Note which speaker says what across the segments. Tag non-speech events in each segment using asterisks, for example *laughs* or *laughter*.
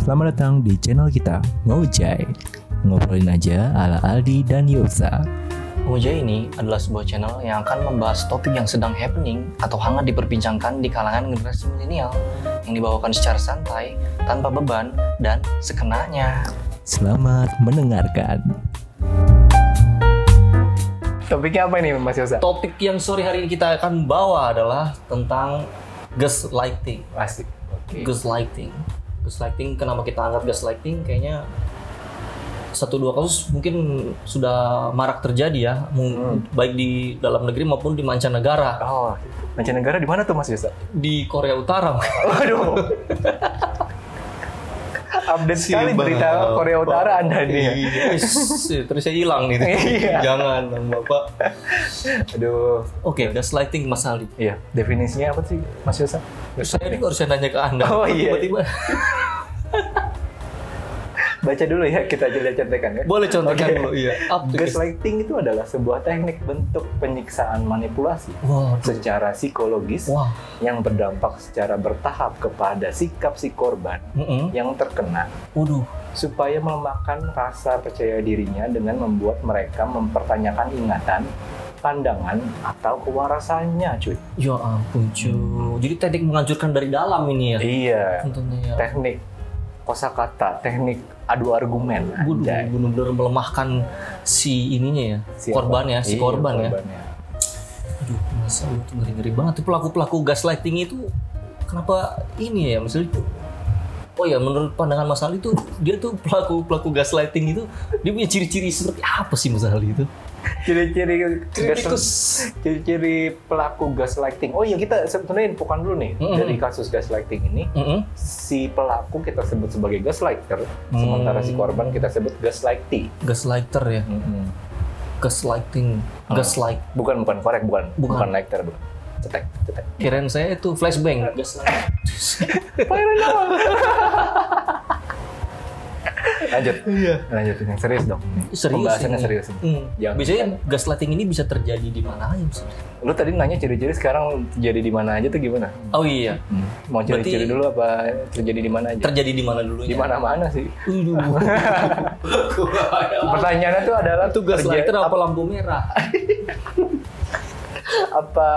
Speaker 1: Selamat datang di channel kita, Ngojai. Ngobrolin aja ala Aldi dan Yosa.
Speaker 2: Moja ini adalah sebuah channel yang akan membahas topik yang sedang happening atau hangat diperbincangkan di kalangan generasi milenial yang dibawakan secara santai, tanpa beban, dan sekenanya.
Speaker 1: Selamat mendengarkan.
Speaker 3: Topiknya apa ini Mas Yosa?
Speaker 2: Topik yang sore hari ini kita akan bawa adalah tentang gaslighting.
Speaker 3: Pasti.
Speaker 2: Gaslighting. Gaslighting, kenapa kita angkat gaslighting? Kayaknya satu dua kasus mungkin sudah marak terjadi ya, Mung- baik di dalam negeri maupun di mancanegara.
Speaker 3: Oh, mancanegara di mana tuh Mas Yosa?
Speaker 2: di Korea Utara. Mas.
Speaker 3: Waduh. *laughs* Update sekali berita Korea Utara Anda nih.
Speaker 2: Iya. Is, Terus saya hilang nih.
Speaker 3: Iya.
Speaker 2: Jangan, Bapak.
Speaker 3: Aduh.
Speaker 2: Oke, gaslighting Mas Aldi.
Speaker 3: Iya, definisinya apa sih Mas Yosa?
Speaker 2: Saya juga harus nanya ke Anda.
Speaker 3: Oh, iya.
Speaker 2: Tiba-tiba.
Speaker 3: Baca dulu ya, kita aja contekan ya.
Speaker 2: Boleh contohkan
Speaker 3: Oke.
Speaker 2: dulu, iya. Up to gas-
Speaker 3: Gaslighting itu adalah sebuah teknik bentuk penyiksaan manipulasi
Speaker 2: Waduh.
Speaker 3: secara psikologis
Speaker 2: Wah.
Speaker 3: yang berdampak secara bertahap kepada sikap si korban
Speaker 2: Mm-mm.
Speaker 3: yang terkena
Speaker 2: Waduh.
Speaker 3: supaya melemahkan rasa percaya dirinya dengan membuat mereka mempertanyakan ingatan, pandangan, atau kewarasannya cuy.
Speaker 2: Ya ampun, cu. Jadi teknik menghancurkan dari dalam ini ya.
Speaker 3: Iya,
Speaker 2: Tentunya ya.
Speaker 3: teknik kosakata, teknik adu argumen.
Speaker 2: Waduh,
Speaker 3: anjay.
Speaker 2: bener-bener melemahkan si ininya ya.
Speaker 3: Si
Speaker 2: korban ya, si
Speaker 3: Iya,
Speaker 2: korban ya.
Speaker 3: korbannya.
Speaker 2: Aduh, masa lu tuh ngeri-ngeri banget. Tuh Pelaku-pelaku gaslighting itu kenapa ini ya? Maksudnya tuh, Oh ya, menurut pandangan Mas Ali itu dia tuh pelaku pelaku gaslighting itu dia punya ciri-ciri seperti apa sih Mas Ali itu?
Speaker 3: Ciri-ciri
Speaker 2: Kritikus.
Speaker 3: gas- ciri-ciri pelaku gaslighting. Oh iya kita sebenarnya infokan dulu nih
Speaker 2: Mm-mm.
Speaker 3: dari kasus gaslighting ini
Speaker 2: Mm-mm.
Speaker 3: si pelaku kita sebut sebagai gaslighter,
Speaker 2: Hmm.
Speaker 3: sementara si korban kita sebut gaslighty.
Speaker 2: Gaslighter ya, gaslighting,
Speaker 3: Hmm.
Speaker 2: gaslight.
Speaker 3: Bukan bukan korek bukan
Speaker 2: Bukan.
Speaker 3: bukan, lighter bukan. Cetek,
Speaker 2: *laughs*
Speaker 3: cetek.
Speaker 2: Kirain saya itu flashbang. Gaslight.
Speaker 3: lanjut
Speaker 2: Iya.
Speaker 3: lanjut yang serius dong
Speaker 2: Serius
Speaker 3: pembahasannya
Speaker 2: ini.
Speaker 3: serius Ya.
Speaker 2: Hmm.
Speaker 3: Jangan.
Speaker 2: Biasanya gaslighting ini bisa terjadi di mana aja Mas?
Speaker 3: lu tadi nanya ciri-ciri sekarang jadi di mana aja tuh gimana
Speaker 2: Oh iya,
Speaker 3: mau ciri-ciri
Speaker 2: Berarti-
Speaker 3: dulu apa terjadi di mana aja
Speaker 2: terjadi di mana ya? dulunya?
Speaker 3: di mana-mana sih
Speaker 2: Aduh.
Speaker 3: pertanyaannya tuh adalah
Speaker 2: tugas
Speaker 3: terjadi-
Speaker 2: lighter apa lampu merah?
Speaker 3: apa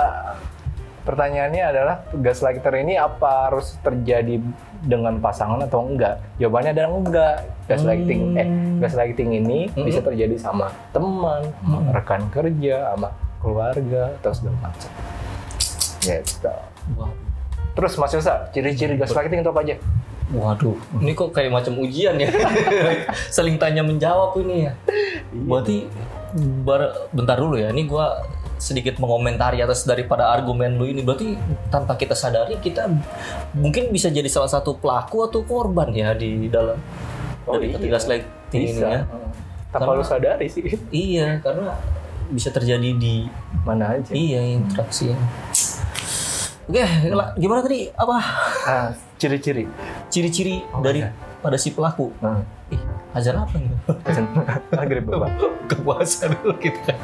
Speaker 3: pertanyaannya adalah tugas lighter ini apa harus terjadi dengan pasangan atau enggak jawabannya adalah enggak gaslighting
Speaker 2: Hmm.
Speaker 3: eh gaslighting ini
Speaker 2: Mm-mm.
Speaker 3: bisa terjadi sama teman sama
Speaker 2: Mm-mm.
Speaker 3: rekan kerja sama keluarga terus segala macam gitu
Speaker 2: Wah,
Speaker 3: terus Mas Yosa ciri-ciri gaslighting itu apa aja
Speaker 2: Waduh, ini kok kayak macam ujian ya. *laughs* Saling tanya menjawab ini ya.
Speaker 3: Iya.
Speaker 2: Berarti bar- bentar dulu ya. Ini gua sedikit mengomentari atas daripada argumen lu ini. Berarti tanpa kita sadari kita mungkin bisa jadi salah satu pelaku atau korban ya di dalam
Speaker 3: Oh,
Speaker 2: dari
Speaker 3: iya.
Speaker 2: ketiga slide ini
Speaker 3: bisa
Speaker 2: ya.
Speaker 3: Heeh. tanpa
Speaker 2: Karena-
Speaker 3: lu sadari sih
Speaker 2: Iya, karena bisa terjadi di
Speaker 3: mana aja
Speaker 2: iya interaksi. yang- Oke, la- gimana tadi apa
Speaker 3: Ah, ciri-ciri
Speaker 2: ciri-ciri
Speaker 3: Oh,
Speaker 2: dari
Speaker 3: iya.
Speaker 2: pada si pelaku?
Speaker 3: nah,
Speaker 2: Ih, ajar apa *laughs* nih?
Speaker 3: maghrib bapak
Speaker 2: Buka puasa dulu gitu kan.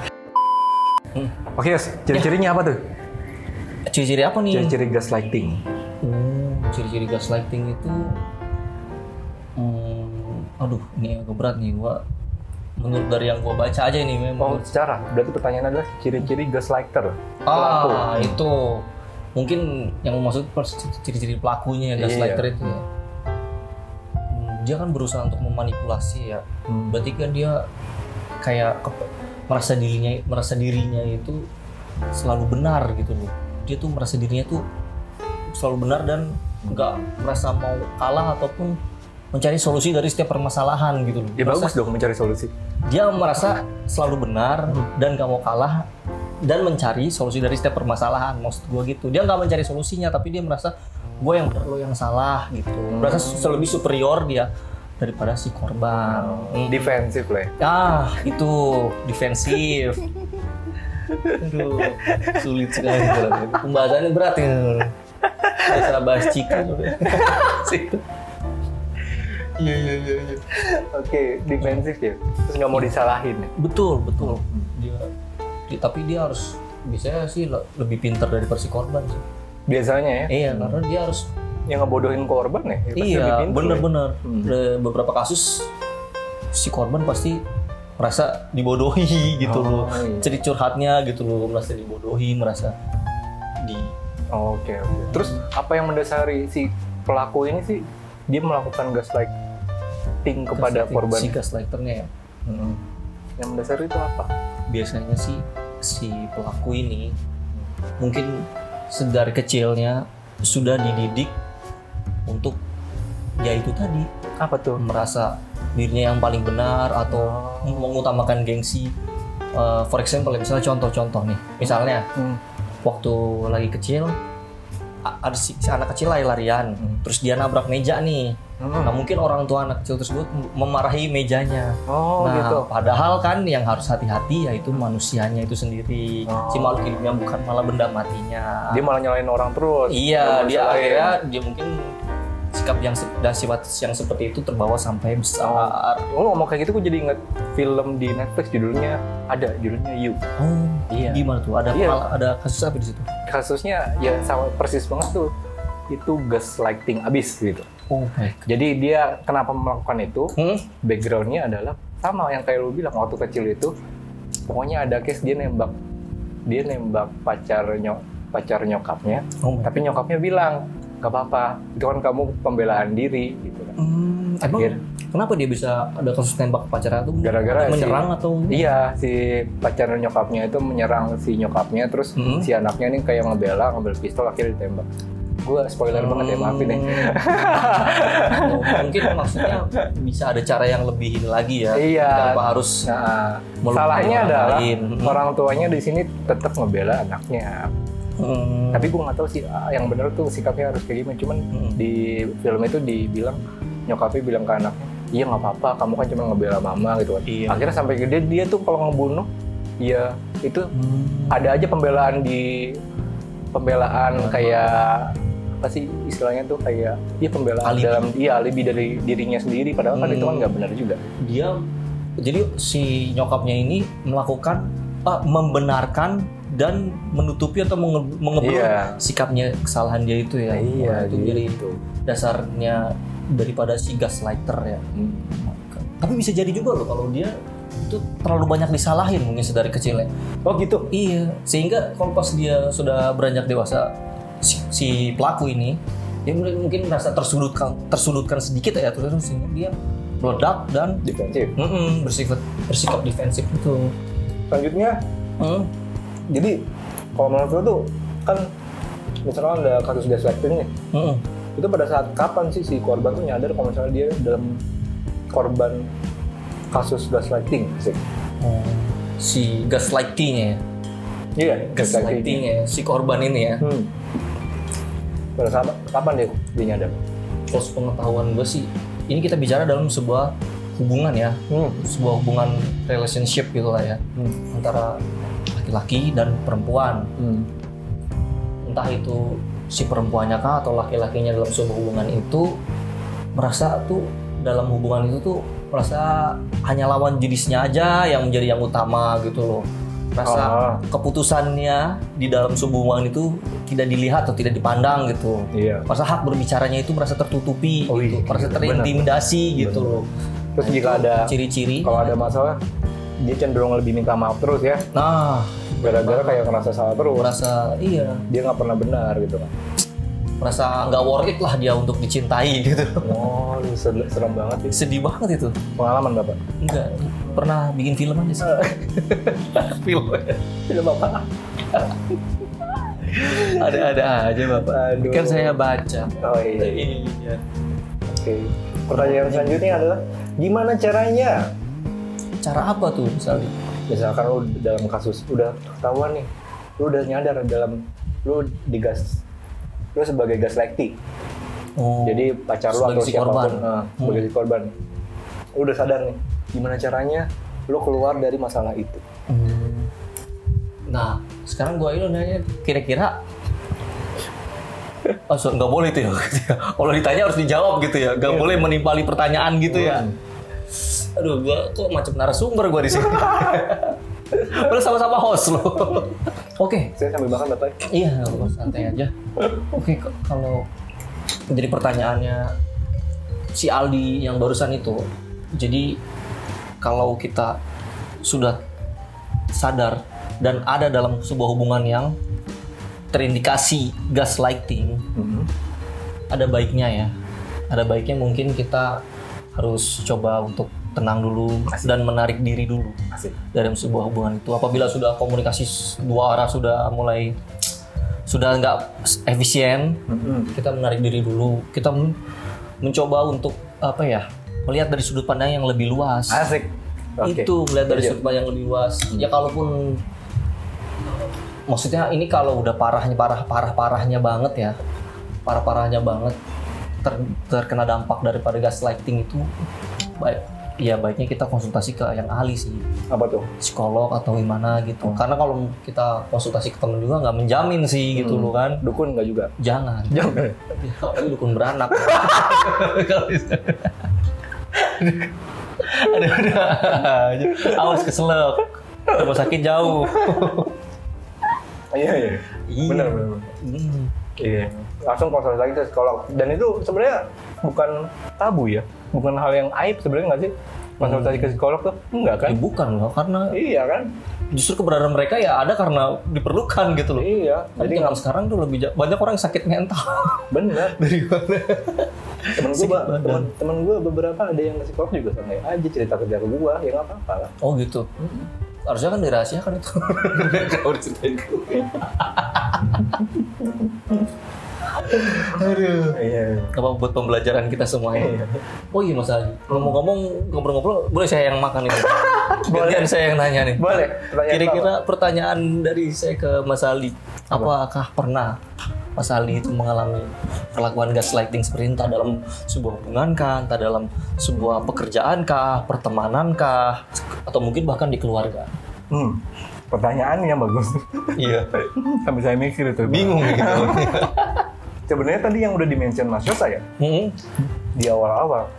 Speaker 3: oke Yos, ciri-cirinya apa tuh
Speaker 2: Ciri-ciri apa nih?
Speaker 3: ciri-ciri gaslighting
Speaker 2: Oh, ciri-ciri gaslighting itu hmm, aduh, ini agak berat nih gua. Menurut dari yang gua baca aja ini
Speaker 3: Oh,
Speaker 2: memang.
Speaker 3: secara. Berarti pertanyaan adalah ciri-ciri gaslighter. pelaku.
Speaker 2: ah, itu. Mungkin yang maksud pers- ciri-ciri pelakunya ya
Speaker 3: Iya.
Speaker 2: gaslighter itu ya. Hmm, Dia kan berusaha untuk memanipulasi ya.
Speaker 3: Hmm.
Speaker 2: Berarti kan dia kayak ke- merasa dirinya merasa dirinya itu selalu benar gitu loh. Dia tuh merasa dirinya tuh selalu benar dan nggak merasa mau kalah ataupun mencari solusi dari setiap permasalahan gitu loh.
Speaker 3: Ya
Speaker 2: Merasa-
Speaker 3: bagus dong mencari solusi.
Speaker 2: Dia merasa selalu benar dan nggak mau kalah dan mencari solusi dari setiap permasalahan. Maksud gua gitu. Dia nggak mencari solusinya tapi dia merasa gue yang benar lo yang salah gitu. Merasa su- lebih superior dia daripada si korban. Mm.
Speaker 3: Defensif lah. ya.
Speaker 2: Ah, itu defensif. Aduh, sulit sekali berat. Pembahasannya berat ya. Biasa bahas chicken. *laughs* Situ. Iya, iya, iya, iya.
Speaker 3: Oke, defensif ya. Terus nggak mau disalahin. ya.
Speaker 2: Betul, betul. Oh, Dia, di- tapi dia harus biasanya sih le- lebih pintar dari persi korban sih.
Speaker 3: Biasanya ya.
Speaker 2: Iya, karena dia harus
Speaker 3: yang ngebodohin korban ya, ya pasti lebih
Speaker 2: iya,
Speaker 3: pintar ya.
Speaker 2: bener-bener.
Speaker 3: Hmm.
Speaker 2: Ada Beberapa kasus si korban pasti merasa dibodohi *laughs* gitu
Speaker 3: Oh,
Speaker 2: loh.
Speaker 3: iya.
Speaker 2: Jadi curhatnya gitu loh, merasa dibodohi, merasa di
Speaker 3: Oh, Oke, oke. Terus apa yang mendasari si pelaku ini sih dia melakukan gaslighting kepada
Speaker 2: gaslighting-
Speaker 3: korban?
Speaker 2: Si gaslighternya ya.
Speaker 3: Hmm. Yang mendasari itu apa?
Speaker 2: Biasanya sih si pelaku ini mungkin sedari kecilnya sudah dididik untuk ya itu tadi
Speaker 3: Apa tuh?
Speaker 2: merasa dirinya yang paling benar atau
Speaker 3: Oh.
Speaker 2: mengutamakan gengsi. Eh, for example, ya, misalnya contoh-contoh nih, misalnya
Speaker 3: Hmm.
Speaker 2: waktu lagi kecil a- ada si, si anak kecil lari-larian,
Speaker 3: Hmm.
Speaker 2: terus dia nabrak meja nih.
Speaker 3: Hmm.
Speaker 2: Nah mungkin orang tua anak kecil tersebut mem- memarahi mejanya.
Speaker 3: Oh
Speaker 2: nah
Speaker 3: gitu.
Speaker 2: padahal kan yang harus hati-hati yaitu manusianya itu sendiri,
Speaker 3: Oh.
Speaker 2: si makhluk hidupnya bukan malah benda matinya.
Speaker 3: Dia malah nyalain orang terus.
Speaker 2: Iya,
Speaker 3: Orang
Speaker 2: dia
Speaker 3: disalahin.
Speaker 2: akhirnya dia mungkin sikap yang se- dan sifat yang seperti itu terbawa sampai besar.
Speaker 3: Oh ngomong kayak gitu gue jadi inget film di Netflix judulnya ada judulnya You.
Speaker 2: Oh,
Speaker 1: Iya.
Speaker 2: Gimana tuh? Ada
Speaker 3: Iya.
Speaker 2: pengala- ada kasus apa di situ?
Speaker 3: Kasusnya ya sama persis banget tuh itu gaslighting abis gitu.
Speaker 2: Oh my god.
Speaker 3: Jadi dia kenapa melakukan itu?
Speaker 2: Hmm?
Speaker 3: backgroundnya adalah sama yang kayak lu bilang waktu kecil itu pokoknya ada case dia nembak dia nembak pacarnya pacar nyokapnya
Speaker 2: Oh my.
Speaker 3: tapi nyokapnya bilang gak apa-apa itu kan kamu pembelaan diri gitu kan
Speaker 2: Hmm, emang
Speaker 3: Akhir.
Speaker 2: kenapa dia bisa ada kasus tembak pacaran tuh?
Speaker 3: Gara-gara si-
Speaker 2: menyerang atau?
Speaker 3: iya si pacar nyokapnya itu menyerang si nyokapnya terus
Speaker 2: Hmm.
Speaker 3: si anaknya nih kayak ngebela ngambil pistol akhirnya ditembak gue spoiler banget ya maafin
Speaker 2: *laughs* Hmm.
Speaker 3: ya
Speaker 2: Oh, mungkin maksudnya bisa ada cara yang lebih ini lagi ya.
Speaker 3: Iya.
Speaker 2: Tanpa harus
Speaker 3: nah
Speaker 2: melukai
Speaker 3: salahnya
Speaker 2: orang
Speaker 3: adalah
Speaker 2: lain.
Speaker 3: orang tuanya di sini tetap ngebela anaknya
Speaker 2: Hmm.
Speaker 3: tapi gue nggak tahu sih ah, yang bener tuh sikapnya harus kayak gimana cuman
Speaker 2: Hmm.
Speaker 3: di film itu dibilang nyokapnya bilang ke anaknya iya nggak apa-apa kamu kan cuma ngebela mama gitu kan
Speaker 2: Iya.
Speaker 3: akhirnya sampai gede dia tuh kalau ngebunuh ya itu
Speaker 2: Hmm.
Speaker 3: ada aja pembelaan di pembelaan kayak apa sih istilahnya tuh kayak iya pembelaan
Speaker 2: Alibi.
Speaker 3: dalam iya alibi dari dirinya sendiri padahal kan itu kan
Speaker 2: Hmm.
Speaker 3: nggak benar juga
Speaker 2: dia jadi si nyokapnya ini melakukan ah, membenarkan dan menutupi atau menge- mengebelur
Speaker 3: Iya.
Speaker 2: sikapnya kesalahan dia itu ya.
Speaker 3: Iya,
Speaker 2: Wah, itu
Speaker 3: gitu.
Speaker 2: jadi dasarnya daripada si gaslighter ya.
Speaker 3: Hmm.
Speaker 2: Tapi bisa jadi juga loh kalau dia itu terlalu banyak disalahin mungkin sedari kecilnya.
Speaker 3: oh gitu
Speaker 2: Iya, sehingga kalau pas dia sudah beranjak dewasa, si, si pelaku ini, dia mungkin, mungkin merasa tersudutkan, tersudutkan sedikit ya, terus sehingga dia meledak dan
Speaker 3: defensif
Speaker 2: mm-mm, bersifat bersikap defensif itu.
Speaker 3: selanjutnya
Speaker 2: Mm.
Speaker 3: jadi kalau menurut lo tuh kan misalnya ada kasus gaslighting nih
Speaker 2: mm-mm.
Speaker 3: itu pada saat kapan sih si korban tuh nyadar kalau misalnya dia dalam korban kasus gaslighting sih?
Speaker 2: Oh, Si gaslightingnya, ya.
Speaker 3: Iya,
Speaker 2: gaslightingnya si korban ini ya.
Speaker 3: Hmm. Pada saat kapan dia, dia nyadar?
Speaker 2: Kalau pengetahuan gue sih, ini kita bicara dalam sebuah hubungan ya,
Speaker 3: Hmm.
Speaker 2: sebuah hubungan relationship gitu lah ya, antara laki-laki dan perempuan.
Speaker 3: Hmm.
Speaker 2: entah itu si perempuannya kah atau laki-lakinya dalam sebuah hubungan itu merasa tuh dalam hubungan itu tuh merasa hanya lawan jenisnya aja yang menjadi yang utama gitu loh merasa
Speaker 3: Ah,
Speaker 2: keputusannya di dalam sebuah hubungan itu tidak dilihat atau tidak dipandang gitu
Speaker 3: iya.
Speaker 2: merasa hak berbicaranya itu merasa tertutupi
Speaker 3: Oh iya,
Speaker 2: gitu.
Speaker 3: benar.
Speaker 2: merasa
Speaker 3: Iya,
Speaker 2: terintimidasi
Speaker 3: Benar.
Speaker 2: gitu loh
Speaker 3: Terus
Speaker 2: Nah,
Speaker 3: jika
Speaker 2: itu
Speaker 3: ada
Speaker 2: ciri-ciri
Speaker 3: kalau ada masalah dia cenderung lebih minta maaf terus ya
Speaker 2: nah
Speaker 3: gara-gara kayak ngerasa salah terus
Speaker 2: merasa iya
Speaker 3: dia nggak pernah benar gitu kan
Speaker 2: merasa nggak worth it lah dia untuk dicintai gitu
Speaker 3: oh lu ser- serem banget sih
Speaker 2: sedih banget itu
Speaker 3: pengalaman bapak
Speaker 2: Enggak, pernah bikin film aja
Speaker 3: *laughs*
Speaker 2: sih. film.
Speaker 3: tidak bapak
Speaker 2: Ada-ada aja Bapak.
Speaker 3: aduh
Speaker 2: Kan saya baca.
Speaker 3: oh iya
Speaker 2: Ini dia.
Speaker 3: Oke. Pertanyaan selanjutnya adalah gimana caranya?
Speaker 2: Cara apa tuh misalnya?
Speaker 3: Misalkan lu dalam kasus udah ketahuan nih, lu udah nyadar dalam lu digas lu sebagai gaslighting.
Speaker 2: Oh.
Speaker 3: Jadi pacar lu
Speaker 2: Sebagai
Speaker 3: atau
Speaker 2: si
Speaker 3: siapapun
Speaker 2: korban. Hmm.
Speaker 3: eh, sebagai si korban. Lu udah sadar nih, gimana caranya lu keluar dari masalah itu?
Speaker 2: Hmm. Nah, sekarang gua ini nanya
Speaker 3: *laughs*
Speaker 2: kira-kira Oh, so, nggak boleh itu ya. Kalau ditanya harus dijawab gitu ya.
Speaker 3: Iya.
Speaker 2: Nggak boleh menimpali pertanyaan gitu ya.
Speaker 3: Hmm.
Speaker 2: Aduh, gua kok macam narasumber gua di
Speaker 3: *laughs*
Speaker 2: sini. Padahal sama-sama host loh. Oke,
Speaker 3: Saya sambil makan bapak.
Speaker 2: Iya, nggak apa-apa, santai aja. Oke, k- kalau Jadi pertanyaannya si Aldi yang barusan itu. Jadi kalau kita sudah sadar dan ada dalam sebuah hubungan yang terindikasi gaslighting,
Speaker 3: Mhm.
Speaker 2: ada baiknya ya. Ada baiknya mungkin kita harus coba untuk tenang dulu dan menarik diri dulu
Speaker 3: Asik.
Speaker 2: dalam sebuah hubungan itu. Apabila sudah komunikasi s- dua arah sudah mulai sudah nggak s- efisien,
Speaker 3: Mhm.
Speaker 2: kita menarik diri dulu. Kita men- mencoba untuk apa ya? Melihat dari sudut pandang yang lebih luas.
Speaker 3: Asik. Ah, Oke.
Speaker 2: Itu melihat dari
Speaker 3: Setuju.
Speaker 2: sudut pandang yang lebih luas. Ya kalaupun maksudnya ini kalau udah parahnya parah parah parahnya banget ya. Parah parahnya banget ter- terkena dampak daripada gaslighting itu baik ya baiknya kita konsultasi ke yang ahli sih
Speaker 3: Apa tuh?
Speaker 2: psikolog atau gimana gitu karena kalau kita konsultasi ke temen juga nggak menjamin sih gitu loh kan
Speaker 3: Dukun nggak juga? Iya,
Speaker 2: jangan
Speaker 3: *laughs* Jangan.
Speaker 2: Ya, apalagi dukun beranak Kalau bisa. aduh, aduh, aduh. awas keselak rumah sakit jauh
Speaker 3: Iya iya.
Speaker 2: Iya.
Speaker 3: Benar benar. benar.
Speaker 2: Hmm.
Speaker 3: Iya. Langsung konsultasi lagi ke psikolog. Dan itu sebenarnya bukan tabu ya, bukan hal yang aib sebenarnya nggak sih? Konsultasi ke psikolog tuh enggak kan?
Speaker 2: Ya, bukan loh karena
Speaker 3: Iya kan?
Speaker 2: justru keberadaan mereka ya ada karena diperlukan gitu loh
Speaker 3: Iya.
Speaker 2: tapi
Speaker 3: Jadi
Speaker 2: zaman sekarang tuh lebih ja- banyak orang yang sakit mental
Speaker 3: benar.
Speaker 2: *laughs* dari mana
Speaker 3: Temen
Speaker 2: Sakit
Speaker 3: gue
Speaker 2: badan.
Speaker 3: temen, temen gue beberapa ada yang ke psikolog juga santai aja cerita kerja ke gue ya nggak apa-apa lah.
Speaker 2: oh gitu harusnya kan dirahasiakan *laughs* itu kalau diceritain ke gue. aduh
Speaker 3: Iya.
Speaker 2: apa buat pembelajaran kita semuanya. Oh iya Mas Aldi, ngomong-ngomong ngobrol-ngobrol boleh saya yang makan itu. Gantian saya yang nanya nih.
Speaker 3: Boleh. Pertanyaan
Speaker 2: Kira-kira pertanyaan dari saya ke Mas Aldi, apakah pernah Mas Aldi itu mengalami perlakuan gaslighting seperti ini, entah dalam sebuah hubungan kah, entah dalam sebuah pekerjaan kah, pertemanan kah, atau mungkin bahkan di keluarga.
Speaker 3: Hmm. Pertanyaan yang bagus. *laughs*
Speaker 2: Iya.
Speaker 3: Sampai saya mikir itu. *laughs*
Speaker 2: Bingung gitu.
Speaker 3: Sebenarnya tadi yang udah dimention Mas Yosa ya
Speaker 2: Hmm.
Speaker 3: di awal-awal.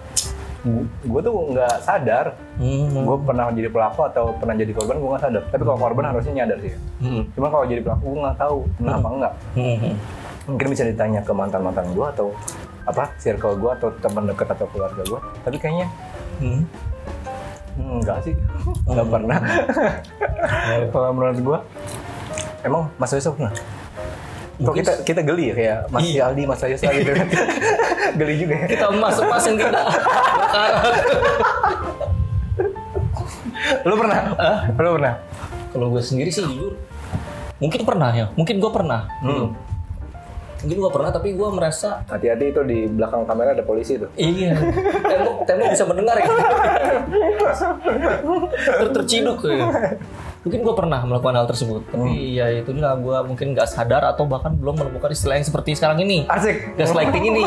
Speaker 3: Gue tuh nggak sadar
Speaker 2: Hmm.
Speaker 3: gue pernah jadi pelaku atau pernah jadi korban gue nggak sadar. Tapi kalau korban harusnya nyadar sih.
Speaker 2: Hmm.
Speaker 3: Cuma kalau jadi pelaku gue nggak tahu pernah apa enggak.
Speaker 2: Hmm.
Speaker 3: Mungkin bisa ditanya ke mantan-mantan gue atau apa circle gue atau teman dekat atau keluarga gue. Tapi kayaknya
Speaker 2: Hmm.
Speaker 3: Hmm, enggak sih, *laughs* enggak pernah. *laughs* Kalau menurut gua, emang Mas Yusuf pernah? Kok
Speaker 2: Mungkin-
Speaker 3: kita kita geli ya kayak Mas
Speaker 2: Iya.
Speaker 3: Aldi, Mas Yusuf gitu kan? geli juga ya.
Speaker 2: Kita emas-emas yang kita bakaran.
Speaker 3: Lu pernah? Lu pernah?
Speaker 2: Kalau gue sendiri sih jujur, mungkin pernah ya, mungkin gue pernah,
Speaker 3: Hmm.
Speaker 2: mungkin gue pernah, tapi gue merasa
Speaker 3: Hati-hati itu di belakang kamera ada polisi tuh.
Speaker 2: iya, tembok tembok bisa mendengar ya, Ter terciduk ya. Mungkin gue pernah melakukan hal tersebut, tapi ya itu dia gue mungkin nggak sadar atau bahkan belum menemukan istilah yang seperti sekarang ini,
Speaker 3: Asik.
Speaker 2: gaslighting ini.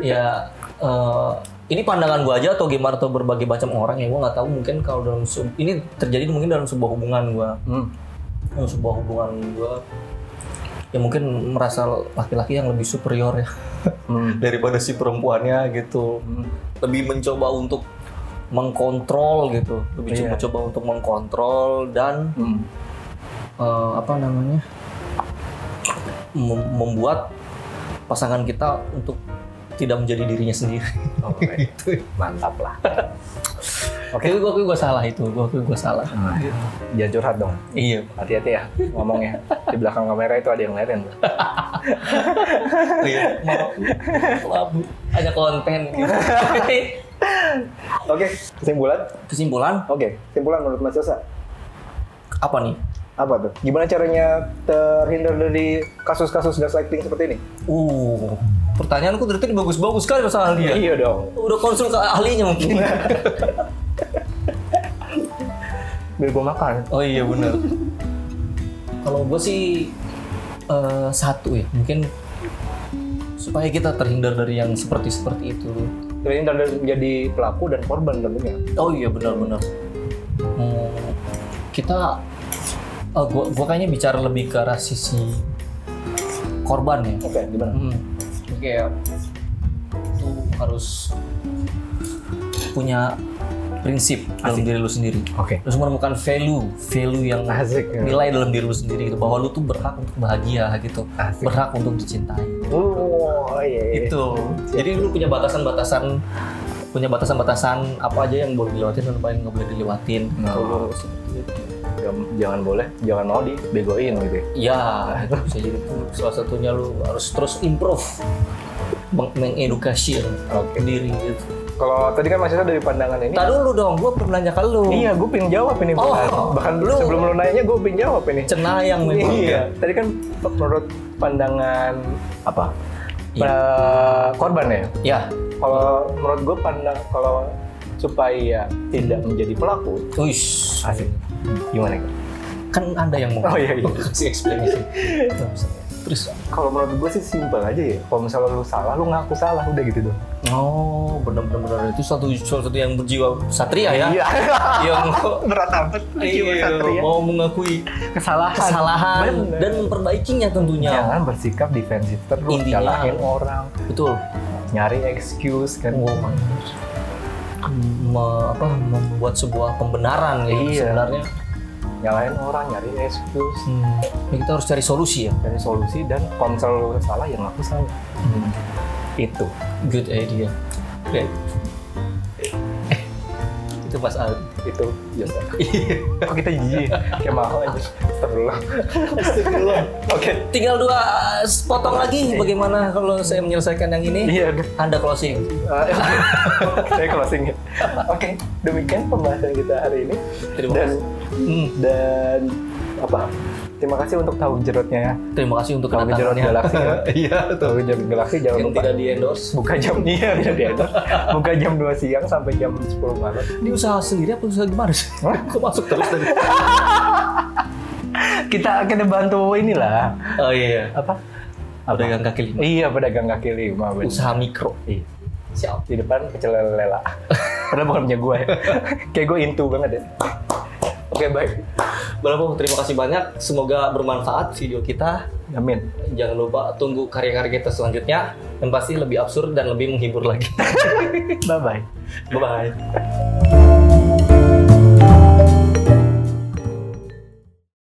Speaker 2: ya, eh, ini pandangan gue aja atau gimana atau berbagai macam orang ya gue nggak tahu mungkin kalau dalam se- ini terjadi mungkin dalam sebuah hubungan gue
Speaker 3: Hmm.
Speaker 2: yang Oh, sebuah hubungan gue ya mungkin merasa laki-laki yang lebih superior ya
Speaker 3: Hmm.
Speaker 2: *laughs* daripada si perempuannya gitu lebih mencoba untuk mengkontrol gitu lebih
Speaker 3: Iya.
Speaker 2: mencoba untuk mengkontrol dan
Speaker 3: Hmm.
Speaker 2: eh, apa namanya mem- membuat pasangan kita untuk tidak menjadi dirinya sendiri
Speaker 3: Oke.
Speaker 2: gitu
Speaker 3: Mantap lah.
Speaker 2: *laughs* oke gue gue salah itu gue gue salah
Speaker 3: Nah, Jangan curhat dong.
Speaker 2: iya
Speaker 3: Hati-hati ya ngomongnya. Di belakang kamera itu ada yang ngeliatin. tuh.
Speaker 2: *laughs* iya maaf Maaf. ada *laughs* konten
Speaker 3: Oke, kesimpulan.
Speaker 2: kesimpulan
Speaker 3: Oke, kesimpulan menurut Mas Yosa.
Speaker 2: apa nih
Speaker 3: apa tuh? Gimana caranya terhindar dari kasus-kasus gaslighting seperti ini?
Speaker 2: Uh, pertanyaanku dari tadi bagus-bagus sekali soal dia.
Speaker 3: Iya dong.
Speaker 2: Udah konsul ke ahlinya mungkin.
Speaker 3: Biar gue makan.
Speaker 2: *laughs* oh iya benar. Kalau gue sih eh, satu ya, mungkin supaya kita terhindar dari yang seperti seperti itu.
Speaker 3: Terhindar dari menjadi pelaku dan korban tentunya.
Speaker 2: Oh iya benar-benar. Hmm, kita, eh, gua, gua kayaknya bicara lebih ke arah sisi korban ya.
Speaker 3: Oke, gimana?
Speaker 2: Hmm. Oke ya. Itu harus punya prinsip dalam diri lu sendiri.
Speaker 3: Oke.
Speaker 2: Terus menemukan value, value yang
Speaker 3: Asik, ya.
Speaker 2: nilai dalam diri lu sendiri gitu bahwa lu tuh berhak untuk bahagia gitu.
Speaker 3: Asik.
Speaker 2: Berhak untuk dicintai.
Speaker 3: Wow, Oh iya. iya.
Speaker 2: itu jadi lu punya batasan-batasan punya batasan-batasan apa aja yang boleh dilewatin dan apa yang nggak boleh dilewatin gitu.
Speaker 3: Kalau Nah. jangan- jangan boleh, jangan mau dibegoin gitu. ya.
Speaker 2: ya itu bisa jadi itu salah satunya lu harus terus improve Meng- mengedukasi
Speaker 3: Oke.
Speaker 2: diri gitu.
Speaker 3: Kalau tadi kan Mas Isa dari pandangan ini.
Speaker 2: Tahu Iya. dulu dong, gua belum nanya ke lu.
Speaker 3: Iya, gue pengen jawab ini.
Speaker 2: Oh,
Speaker 3: Bang. Bahkan
Speaker 2: lu-
Speaker 3: sebelum lu nanya, gue pengen jawab ini.
Speaker 2: Cenayang memang.
Speaker 3: Iya. Tadi kan menurut pandangan apa?
Speaker 2: Iya.
Speaker 3: Eh, korban ya.
Speaker 2: Ya.
Speaker 3: Kalau menurut gue pandang kalau supaya tidak menjadi pelaku
Speaker 2: Uish.
Speaker 3: asik. Gimana? Kak?
Speaker 2: Kan Anda yang mau.
Speaker 3: Oh, iya, iya.
Speaker 2: Kasih explanation. Terus. Terus.
Speaker 3: Kalau menurut gue sih simpel aja ya. Kalau misalnya lu salah, lu ngaku salah udah gitu dong.
Speaker 2: Oh, benar-benar itu satu salah satu yang berjiwa satria ya.
Speaker 3: Iya. *laughs*
Speaker 2: yang
Speaker 3: Berat amat ya. jiwa
Speaker 2: iya,
Speaker 3: satria.
Speaker 2: mau mengakui
Speaker 3: Kesalahan. Ya.
Speaker 2: kesalahan
Speaker 3: Bener.
Speaker 2: dan memperbaikinya tentunya.
Speaker 3: Jangan bersikap defensif terus
Speaker 2: iya. Intinya.
Speaker 3: nyalahin orang,
Speaker 2: Betul.
Speaker 3: nyari excuse kan.
Speaker 2: Oh, my God. Me- apa membuat sebuah pembenaran ya
Speaker 3: Iya.
Speaker 2: sebenarnya.
Speaker 3: Nyalahin orang, nyari excuse,
Speaker 2: Hmm, ya kita harus cari solusi ya.
Speaker 3: cari solusi dan kalau misalnya lu salah ya ngaku salah. Itu.
Speaker 2: Good idea. Oke. Eh, itu Mas Aldi. *laughs*
Speaker 3: Itu biasa. Kok kita jijik? Kayak mau aja. Astagfirullah. *laughs* Oke.
Speaker 2: Tinggal dua potong lagi. Bagaimana kalau saya menyelesaikan yang ini?
Speaker 3: Iya, *laughs* udah.
Speaker 2: Anda closing.
Speaker 3: Eh, Saya closing ya. Oke, demikian pembahasan kita hari ini.
Speaker 2: Terima
Speaker 3: dan,
Speaker 2: kasih. Hmm,
Speaker 3: dan apa? Terima kasih untuk tahu jerotnya.
Speaker 2: terima kasih untuk
Speaker 3: Tahu jerot
Speaker 2: kedatangannya.
Speaker 3: galaksi
Speaker 2: *laughs*
Speaker 3: ya.
Speaker 2: Iya,
Speaker 3: Tahu jerot galaksi jangan
Speaker 2: Yang
Speaker 3: lupa.
Speaker 2: tidak di endorse.
Speaker 3: Buka jam *laughs* iya, bisa diatur. Buka jam 2 siang sampai jam 10 malam.
Speaker 2: Ini usaha sendiri apa usaha gimana sih?
Speaker 3: Hah?
Speaker 2: Kok masuk terus tadi?
Speaker 3: Kita kita bantu inilah
Speaker 2: *laughs* Oh iya.
Speaker 3: apa?
Speaker 2: Apa? Pedagang kaki lima.
Speaker 3: Iya, pedagang kaki lima. bener.
Speaker 2: Usaha mikro.
Speaker 3: Iya.
Speaker 2: Siap.
Speaker 3: Di depan pecel lele
Speaker 2: *laughs*
Speaker 3: Padahal bukan punya gue ya. Kayak gue intu banget ya. Oke, baik.
Speaker 2: Berapa terima kasih banyak. Semoga bermanfaat video kita.
Speaker 3: Amin.
Speaker 2: Jangan lupa tunggu karya-karya kita *laughs* selanjutnya yang pasti lebih absurd dan lebih menghibur lagi.
Speaker 3: Bye-bye.
Speaker 2: Bye bye.